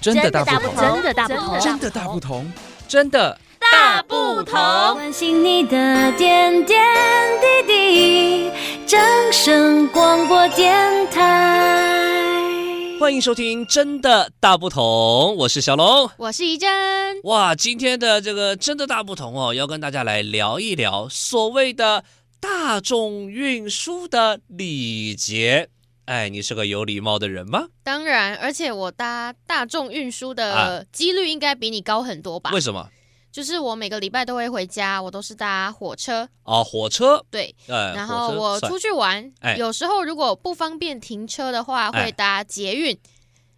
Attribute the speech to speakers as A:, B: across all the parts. A: 真的大不
B: 不
A: 同，
B: 同
C: 真的大不同，
A: 真的大不同，真的
C: 大不同。
B: 关心你的点点滴滴，掌声广播电台。
D: 欢迎收听《真的大不同》，我是小龙。
C: 我是怡珍，
D: 哇，今天的这个真的大不同哦，要跟大家来聊一聊所谓的大众运输的礼节。哎，你是个有礼貌的人吗？
C: 当然，而且我搭大众运输的
D: 啊
C: 几率应该比你高很多吧？
D: 为什么？
C: 就是我每个礼拜都会回家，我都是搭火车，
D: 啊，火车，
C: 对。
D: 呃，
C: 然后
D: 火车
C: 我
D: 算
C: 出去玩，
D: 哎
C: 有时候如果不方便停车的话，
D: 哎
C: 会搭捷运，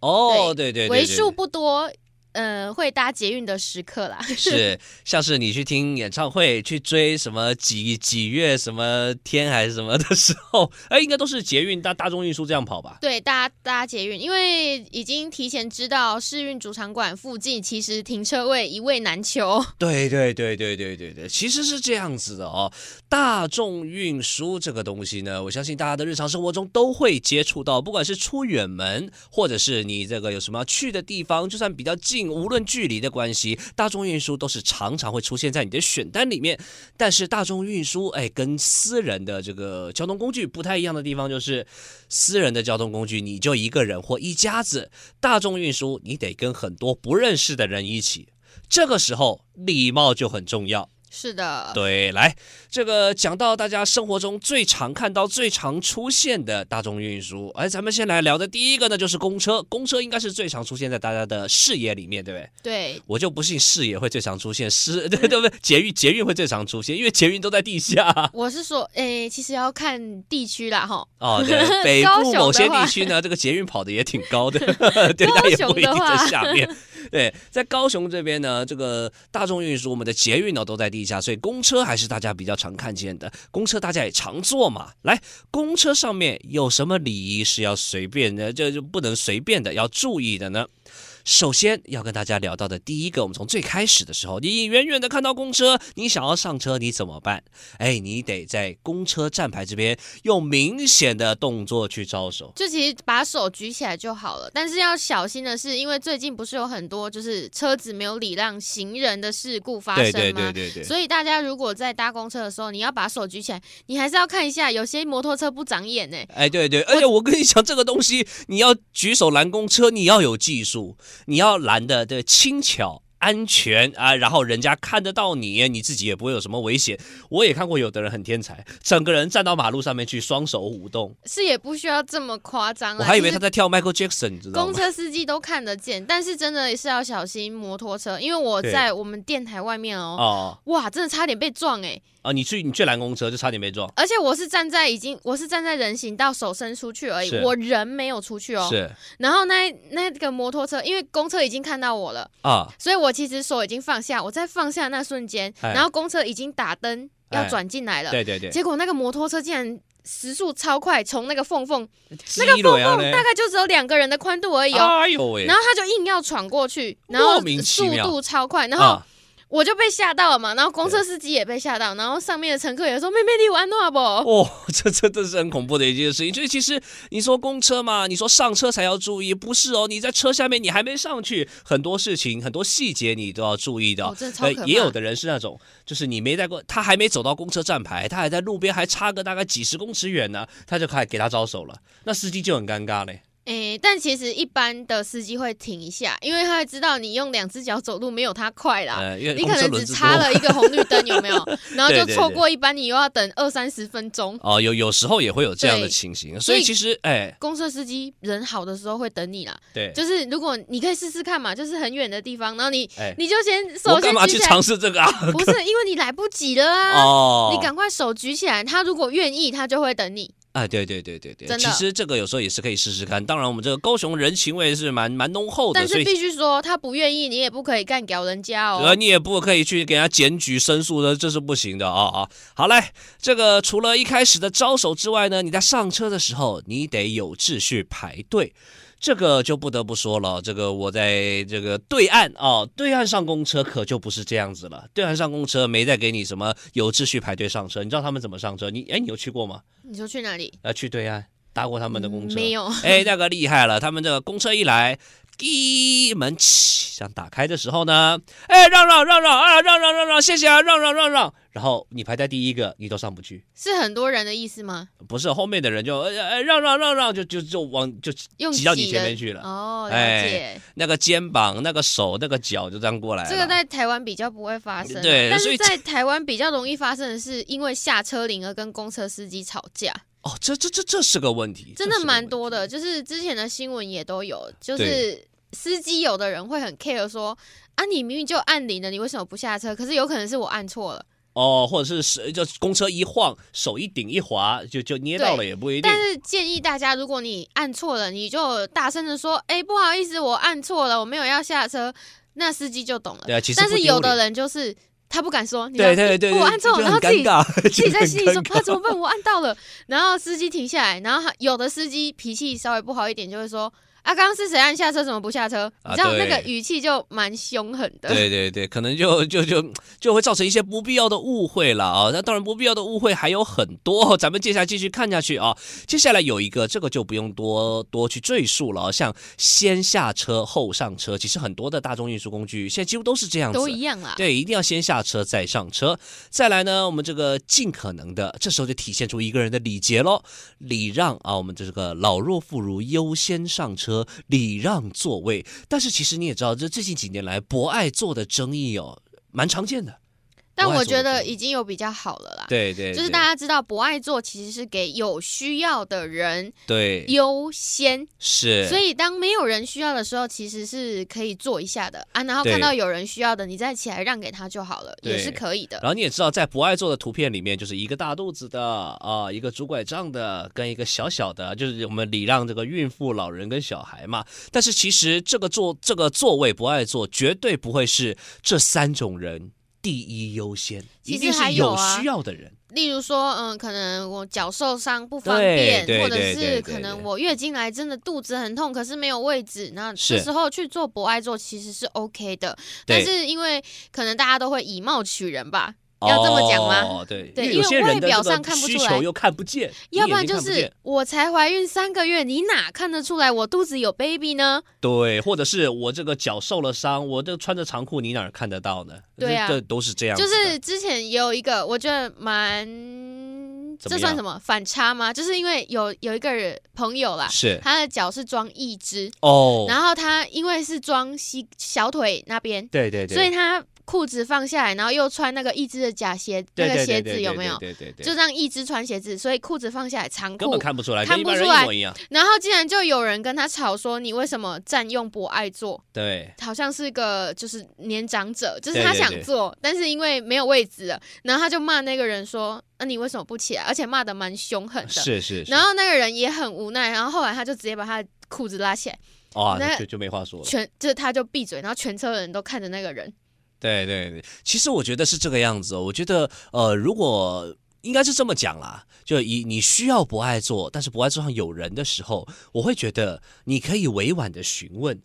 D: 哦，对对对，
C: 为
D: 对
C: 数不多，呃，会搭捷运的时刻啦。
D: 是，像是你去听演唱会，去追什么几几月什么天还是什么的时候，哎，应该都是捷运搭大众运输这样跑吧？
C: 对，搭搭捷运，因为已经提前知道世运主场馆附近其实停车位一位难求。
D: 对对对对对对对，其实是这样子的哦。大众运输这个东西呢，我相信大家的日常生活中都会接触到，不管是出远门，或者是你这个有什么要去的地方，就算比较近，无论距离的关系，大众运输都是常常会出现在你的选单里面。但是大众运输，哎，跟私人的这个交通工具不太一样的地方就是，私人的交通工具你就一个人或一家子，大众运输你得跟很多不认识的人一起。这个时候礼貌就很重要。
C: 是的，
D: 对，来，这个讲到大家生活中最常看到、最常出现的大众运输，哎，咱们先来聊的第一个呢，就是公车。公车应该是最常出现在大家的视野里面，对不对？
C: 对
D: 我就不信视野会最常出现，视 对对不对？捷运捷运会最常出现，因为捷运都在地下。
C: 我是说，诶，其实要看地区啦，哈。
D: 哦， 对，北
C: 高
D: 部
C: 雄
D: 某
C: 的
D: 些地
C: 话
D: 区呢，这个捷运跑的也挺高 的，对，但也不一定在下面。对，在高雄这边呢，这个大众运输，我们的捷运呢都在地下，所以公车还是大家比较常看见的。公车大家也常坐嘛。来，公车上面有什么礼仪是要随便的，这就不能随便的，要注意的呢？首先要跟大家聊到的第一个，我们从最开始的时候，你远远的看到公车，你想要上车，你怎么办？哎，你得在公车站牌这边用明显的动作去招手。
C: 就其实把手举起来就好了，但是要小心的是，因为最近不是有很多就是车子没有礼让行人的事故发生
D: 对
C: 吗？
D: 对
C: 所以大家如果在搭公车的时候，你要把手举起来，你还是要看一下，有些摩托车不长眼呢、欸
D: 哎，对对，而且我跟你讲，这个东西你要举手拦公车，你要有技术，你要拦的对轻巧、安全啊，然后人家看得到你，你自己也不会有什么危险。我也看过有的人很天才，整个人站到马路上面去，双手舞动，
C: 是也不需要这么夸张啦。啊
D: 我还以为
C: 就
D: 他
C: 是
D: 在跳 Michael Jackson，你知道
C: 公
D: 吗？
C: 车司机都看得见，但是真的是要小心摩托车，因为我
D: 对
C: 在我们电台外面哦，
D: 哦
C: 哇，真的差点被撞哎、
D: 啊，你去你去拦公车就差点被撞，
C: 而且我是站在已经我是站在人行道手伸出去而已，
D: 是
C: 我人没有出去哦。
D: 是
C: 然后那那个摩托车，因为公车已经看到我了，
D: 啊，
C: 所以我其实手已经放下，我在放下那瞬间，
D: 哎
C: 然后公车已经打灯要
D: 哎
C: 转进来了，
D: 对对对，
C: 结果那个摩托车竟然时速超快，从那个缝缝
D: 那个缝缝
C: 大概就只有两个人的宽度而已哦。
D: 哎呦喂，
C: 然后他就硬要闯过去，然
D: 莫
C: 后
D: 名其
C: 速
D: 妙
C: 度超快，然后
D: 啊
C: 我就被吓到了嘛，然后公车司机也被吓到，然后上面的乘客也说：“妹妹，你玩诺不
D: 哦， 这这这是很恐怖的一件事情。所以其实你说公车嘛，你说上车才要注意，不是哦？你在车下面，你还没上去，很多事情、很多细节你都要注意的。呃
C: 哦真的超可怕
D: 也有的人是那种，就是你没在过，他还没走到公车站牌，他还在路边，还差个大概几十公尺远呢，他就开始给他招手了，那司机就很尴尬嘞。？”
C: 诶，但其实一般的司机会停一下，因为他会知道你用两只脚走路没有他快啦。
D: 呃，因为
C: 啊你
D: 公
C: 可
D: 车
C: 能
D: 轮
C: 只
D: 子
C: 插
D: 多
C: 了一个红绿灯，有 没有？然后就
D: 对对
C: 错过一班，你又要等二三十分钟。
D: 哦，有有时候也会有这样的
C: 对
D: 情形，
C: 所
D: 所
C: 以
D: 以其实哎，
C: 公车司机人好的时候会等你啦，
D: 对，
C: 就是如果你可以试试看嘛，就是很远的地方，然后你
D: 哎
C: 你就先
D: 我
C: 首先
D: 干嘛
C: 举
D: 去
C: 起来
D: 尝试这个啊？
C: 不是因为你来不及了啊！
D: 哦，
C: 你赶快手举起来，他如果愿意，他就会等你。
D: 啊，对对对对对，
C: 真的
D: 其实这个有时候也是可以试试看。当然，我们这个高雄人情味是蛮蛮浓厚的，
C: 但
D: 所
C: 是
D: 以
C: 必须说，他不愿意，你也不可以干掉人家
D: 呃
C: 哦。
D: 你也不可以去给人家检举申诉的，这是不行的啊啊！好嘞，这个除了一开始的招手之外呢，你在上车的时候，你得有秩序排队。这个就不得不说了，这个我在这个对岸啊、对岸上公车可就不是这样子了。对岸上公车没再给你什么有秩序排队上车，你知道他们怎么上车？你哎，你有去过吗？
C: 你说去哪里？
D: 呃，去对岸搭过他们的公车？
C: 嗯没有，
D: 哎，那个厉害了，他们这个公车一来，滴门起，这样打开的时候呢，哎，让让让让啊，让让让让，谢谢啊，让让让让。然后你排在第一个，你都上不去，
C: 是很多人的意思吗？
D: 不是后面的人就哎哎让让让让，就就就往就
C: 用
D: 挤到你
C: 挤
D: 前
C: 的
D: 面去了。
C: 哦，了
D: 哎
C: 解。
D: 那个肩膀、那个手、那个脚就这样过来了。
C: 这个在台湾比较不会发生啊，
D: 对
C: 但
D: 所
C: 是
D: 以
C: 在台湾比较容易发生的是，因为下车铃而跟公车司机吵架，
D: 哦，这这这这是个问题，
C: 真
D: 这
C: 的
D: 是个
C: 蛮
D: 问
C: 多
D: 题
C: 的。就是之前的新闻也都有，就
D: 对
C: 是司机有的人会很 care 说啊，你明明就按铃了，你为什么不下车？可是有可能是我按错了，
D: 哦，或者是是就公车一晃，手一顶一滑，就就捏到了
C: 对
D: 也不一定
C: 但。是建议大家，如果你按错了，你就大声的说：“哎、不好意思，我按错了，我没有要下车。”那司机就懂了。
D: 对啊，其实
C: 但
D: 不
C: 是
D: 丢
C: 有的
D: 脸
C: 人就是他不敢说，你知道
D: 对
C: 吗
D: 对对，
C: 我
D: 对
C: 按错
D: 就
C: 了，
D: 很
C: 然后自己
D: 尴尬，
C: 自己在心里说：“
D: 怕
C: 啊，怎么办？我按到了。”然后司机停下来，然后他有的司机脾气稍微不好一点，就会说：“啊，刚刚是谁按下车？怎么不下车？”
D: 啊
C: 你知道那个
D: 对
C: 语气就蛮凶狠的。
D: 对对对，可能就就就就会造成一些不必要的误会了啊。那当然，不必要的误会还有很多，咱们接下来继续看下去啊。接下来有一个，这个就不用多多去赘述了啊。像先下车后上车，其实很多的大众运输工具现在几乎都是这样子，
C: 都一样啦。
D: 对，一定要先下车再上车。再来呢，我们这个尽可能的，这时候就体现出一个人的礼节喽，礼让啊，我们这个老弱妇孺优先上车，礼让座位。但是其实你也知道，这最近几年来博爱座的争议哦，蛮常见的。
C: 但
D: 我爱
C: 我
D: 坐
C: 觉
D: 的
C: 得
D: 地
C: 已经有比较好了啦。
D: 对对
C: 就是大家知道，不爱做其实是给有需要的人
D: 对
C: 优先，
D: 是，
C: 所以当没有人需要的时候，其实是可以做一下的啊。然后
D: 对
C: 看到有人需要的，你再起来让给他就好了，也
D: 对
C: 是可以的。
D: 然后你也知道，在不爱做的图片里面，就是一个大肚子的啊、一个拄拐杖的，跟一个小小的，就是我们礼让这个孕妇、老人跟小孩嘛。但是其实这个座这个座位不爱坐，绝对不会是这三种人第一优先，
C: 其
D: 一
C: 实
D: 定是
C: 还有啊
D: 需要的人。
C: 例如说，嗯，可能我脚受伤不方
D: 对
C: 便，
D: 对
C: 或者
D: 对对
C: 是
D: 对
C: 可能
D: 对
C: 我月经来真的肚子很痛，可是没有位置，那这
D: 是
C: 时候去做博爱做其实是 OK 的。
D: 对
C: 但是因为可能大家都会以貌取人吧，要这么讲吗
D: 哦，对，
C: 对
D: 因为
C: 因
D: 有
C: 为
D: 些人
C: 外
D: 的
C: 表
D: 这个
C: 上看不
D: 需
C: 出来
D: 求又看不见，你
C: 要不
D: 眼
C: 然
D: 睛看
C: 就
D: 不
C: 是
D: 见
C: 我才怀孕三个月，你哪看得出来我肚子有 baby 呢？
D: 对，或者是我这个脚受了伤，我这穿着长裤，你哪儿看得到呢？
C: 对啊
D: 这这都是这样子
C: 就
D: 的，
C: 是之前也有一个，我觉得蛮，
D: 怎
C: 这
D: 么
C: 算
D: 样
C: 什么反差吗？就是因为有有一个人朋友啦，
D: 是
C: 他的脚是装一只，
D: 哦，
C: 然后他因为是装膝小腿那边，
D: 对对对，
C: 所以他裤子放下来，然后又穿那个一只的假鞋，
D: 对
C: 那个
D: 对
C: 鞋
D: 对对
C: 子
D: 对
C: 有
D: 对
C: 没有？
D: 对对对，
C: 就让一只穿鞋子，所以裤子放下来长
D: 根
C: 裤
D: 本，看不出来，
C: 看
D: 跟一
C: 不
D: 般人
C: 出来
D: 一模一样。
C: 然后竟然就有人跟他吵说你为什么占用博爱座？
D: 对，
C: 好像是个就是年长者，就是
D: 对
C: 他
D: 对
C: 想
D: 对
C: 坐，但是因为没有位置了，然后他就骂那个人说：“那、你为什么不起来？”而且骂的蛮凶狠的。
D: 是是是
C: 然，后那个人也很无奈，然后后来他就直接把他的裤子拉起来，
D: 哇，
C: 那
D: 哦那就就没话说了。
C: 全就是他就闭嘴，然后全车的人都看着那个人。
D: 对对对，其实我觉得是这个样子哦。我觉得呃，如果应该是这么讲啦，就以你需要不爱做，但是不爱做上有人的时候，我会觉得你可以委婉的询问。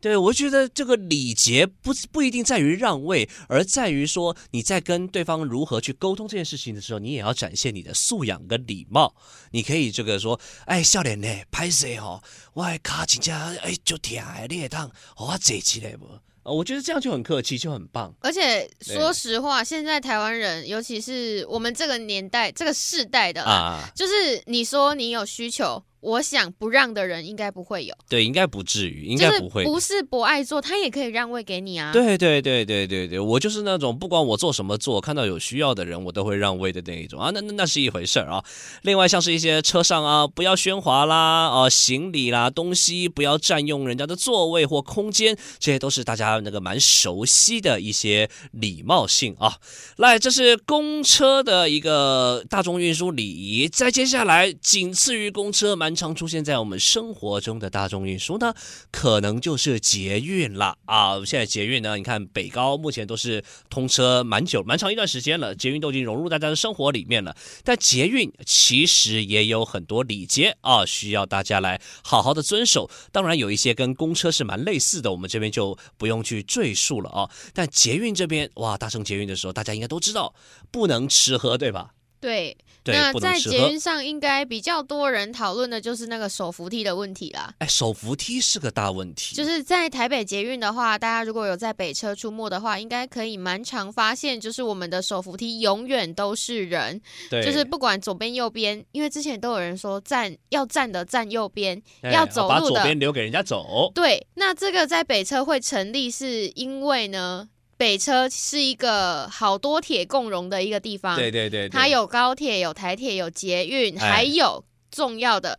D: 对，我觉得这个礼节不不一定在于让位，而在于说你在跟对方如何去沟通这件事情的时候，你也要展现你的素养跟礼貌。你可以这个说，哎，笑脸呢，拍谁哦，我的卡真正哎就疼的，你会当哦我坐起来不？啊，我觉得这样就很客气，就很棒。
C: 而且说
D: 对
C: 实话，现在台湾人，尤其是我们这个年代、这个世代的啦，
D: 啊，
C: 就是你说你有需求，我想不让的人应该不会有，
D: 对，应该不至于，应
C: 就
D: 该
C: 是
D: 不会。
C: 不是不爱做，他也可以让位给你啊。，
D: 对对对对对对，我就是那种不管我做什么做，看到有需要的人，我都会让位的那一种啊。那那那是一回事儿啊。另外像是一些车上啊，不要喧哗啦，啊，行李啦，东西不要占用人家的座位或空间，这些都是大家那个蛮熟悉的一些礼貌性啊。来，这是公车的一个大众运输礼仪。再接下来，仅次于公车，蛮常出现在我们生活中的大众运输呢，可能就是捷运了啊！现在捷运呢，你看北高目前都是通车蛮久、蛮长一段时间了，捷运都已经融入大家的生活里面了。但捷运其实也有很多礼节啊，需要大家来好好的遵守。当然，有一些跟公车是蛮类似的，我们这边就不用去赘述了啊。但捷运这边，哇，搭乘捷运的时候，大家应该都知道不能吃喝，对吧？
C: 对，
D: 对
C: 那，
D: 不能
C: 在
D: 吃
C: 捷
D: 喝
C: 运。上应该比较多人讨论的就是那个手扶梯的问题啦。
D: 哎，手扶梯是个大问题，
C: 就是在台北捷运的话，大家如果有在北车出没的话，应该可以蛮常发现，就是我们的手扶梯永远都是人，
D: 对
C: 就是不管左边右边，因为之前都有人说站要站的站右边，
D: 哎
C: 要走
D: 把
C: 路
D: 左
C: 的
D: 边留给人家走。
C: 对，那这个在北车会成立，是因为呢，北车是一个好多铁共融的一个地方，
D: 对对对，对
C: 啊它有高铁、有台铁、有捷运，
D: 哎
C: 还有重要的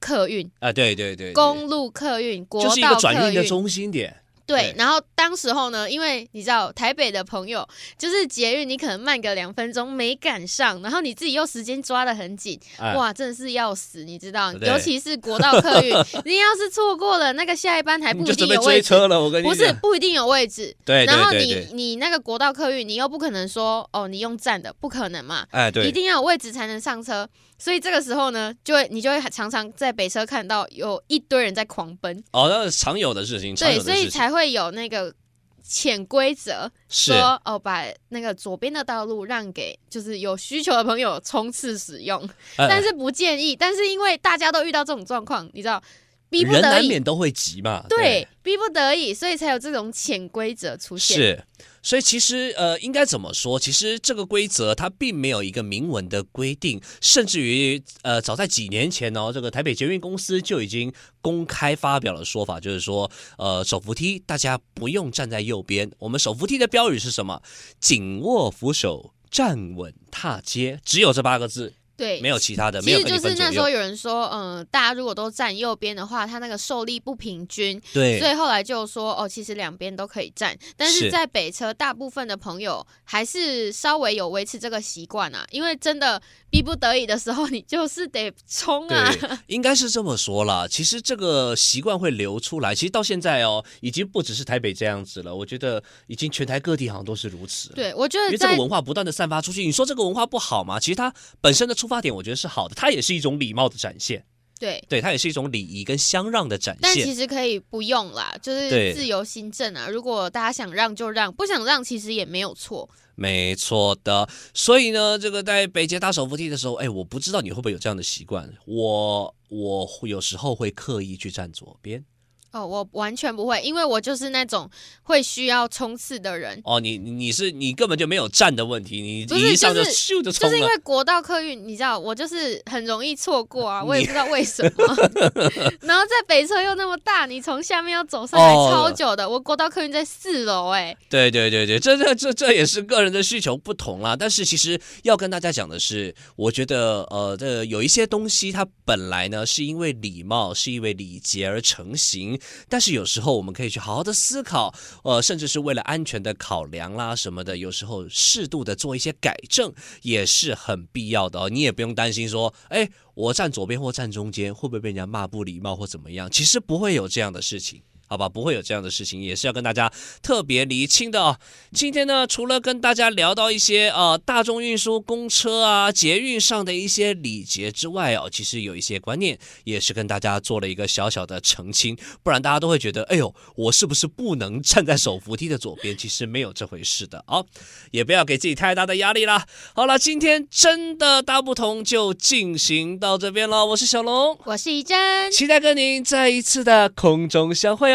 C: 客运、
D: 啊，对对对，对
C: 公路客运、国
D: 就是一
C: 道
D: 个
C: 客
D: 转运
C: 运
D: 的。中心点。
C: 对
D: 对，
C: 然后当时候呢，因为你知道台北的朋友，就是捷运你可能慢个两分钟没赶上，然后你自己又时间抓得很紧，
D: 哎，
C: 哇，真的是要死，你知道，
D: 对
C: 尤其是国道 客运，你要是错过了那个下一班还
D: 你
C: 不一
D: 就准
C: 定
D: 备
C: 有
D: 追
C: 位置，
D: 车了，我跟你
C: 不是
D: 讲，
C: 不一定有位置。
D: 对
C: 然
D: 对
C: 后
D: 对
C: 你
D: 对，
C: 你那个国道客运，你又不可能说哦，你用站的，不可能嘛，
D: 哎对，
C: 一定要有位置才能上车。所以这个时候呢，就会你就会常常在北车看到有一堆人在狂奔，
D: 哦，那是常有的事情，常
C: 对，
D: 有的
C: 所以
D: 事情
C: 才会有那个潜规则，
D: 是
C: 说哦，把那个左边的道路让给就是有需求的朋友冲刺使用。
D: 哎
C: 但是不建议。但是因为大家都遇到这种状况，你知道，逼不
D: 人
C: 得
D: 难
C: 已，
D: 免都会急嘛，
C: 对，逼不得已，所以才有这种潜规则出现。，
D: 是，所以其实呃，应该怎么说？其实这个规则它并没有一个明文的规定，甚至于呃，早在几年前哦，这个台北捷运公司就已经公开发表了说法，就是说呃，手扶梯大家不用站在右边。我们手扶梯的标语是什么？紧握扶手，站稳踏阶，只有这八个字，
C: 对，
D: 没有其他的，没
C: 其
D: 有
C: 实
D: 跟
C: 就
D: 你
C: 是
D: 分
C: 那
D: 左
C: 时候
D: 右。
C: 有人说，嗯、大家如果都站右边的话，他那个受力不平均，所
D: 对，
C: 以后来就说，哦，其实两边都可以站。但是
D: 是
C: 在北车，大部分的朋友还是稍微有维持这个习惯啊，因为真的逼不得已的时候，你就是得冲啊。
D: 对，应该是这么说啦。其实这个习惯会流出来，其实到现在哦，已经不只是台北这样子了。我觉得已经全台各地好像都是如此。，
C: 对，我觉
D: 因
C: 得
D: 为这个
C: 在
D: 文化不断的散发出去，你说这个文化不好吗？其实它本身的出发点，我觉得是好的，它也是一种礼貌的展现，
C: 对
D: 对，它也是一种礼仪跟相让的展
C: 但其
D: 现。
C: 实可以不用啦，就是
D: 对
C: 自由新政啊。如果大家想让就让，不想让其实也没有错。
D: 没错的。所以呢，这个在北捷搭手扶梯的时候，哎，我不知道你会不会有这样的习惯。我我有时候会刻意去站左边。
C: 哦，我完全不会，因为我就是那种会需要冲刺的人，
D: 哦，你你你是你根本就没有站的问题，你
C: 不
D: 你
C: 是
D: 一上就
C: 就是
D: 咻就冲
C: 就
D: 了。
C: 是因为国道客运，你知道，我就是很容易错 过啊，我也
D: 你
C: 不知道为什么。然后在北车又那么大，你从下面要走上来
D: 哦
C: 超久的，我国道客运在四楼、哎，
D: 对对对对，这这这这也是个人的需求不同啦。但是其实要跟大家讲的是，我觉得呃，这有一些东西它本来呢是因为礼貌，是因为礼节而成型，但是有时候我们可以去好好的思考，呃，甚至是为了安全的考量啦什么的，有时候适度的做一些改正也是很必要的哦。你也不用担心说，哎，我站左边或站中间会不会被人家骂不礼貌或怎么样？其实不会有这样的事情。好吧，不会有这样的事情，也是要跟大家特别厘清的哦。今天呢，除了跟大家聊到一些呃大众运输、公车啊、捷运上的一些礼节之外哦，其实有一些观念也是跟大家做了一个小小的澄清，不然大家都会觉得，哎呦，我是不是不能站在手扶梯的左边？其实没有这回事的啊、也不要给自己太大的压力啦。好了，今天真的大不同就进行到这边了，我是小龙。
C: 我是怡珍，
D: 期待跟您再一次的空中相会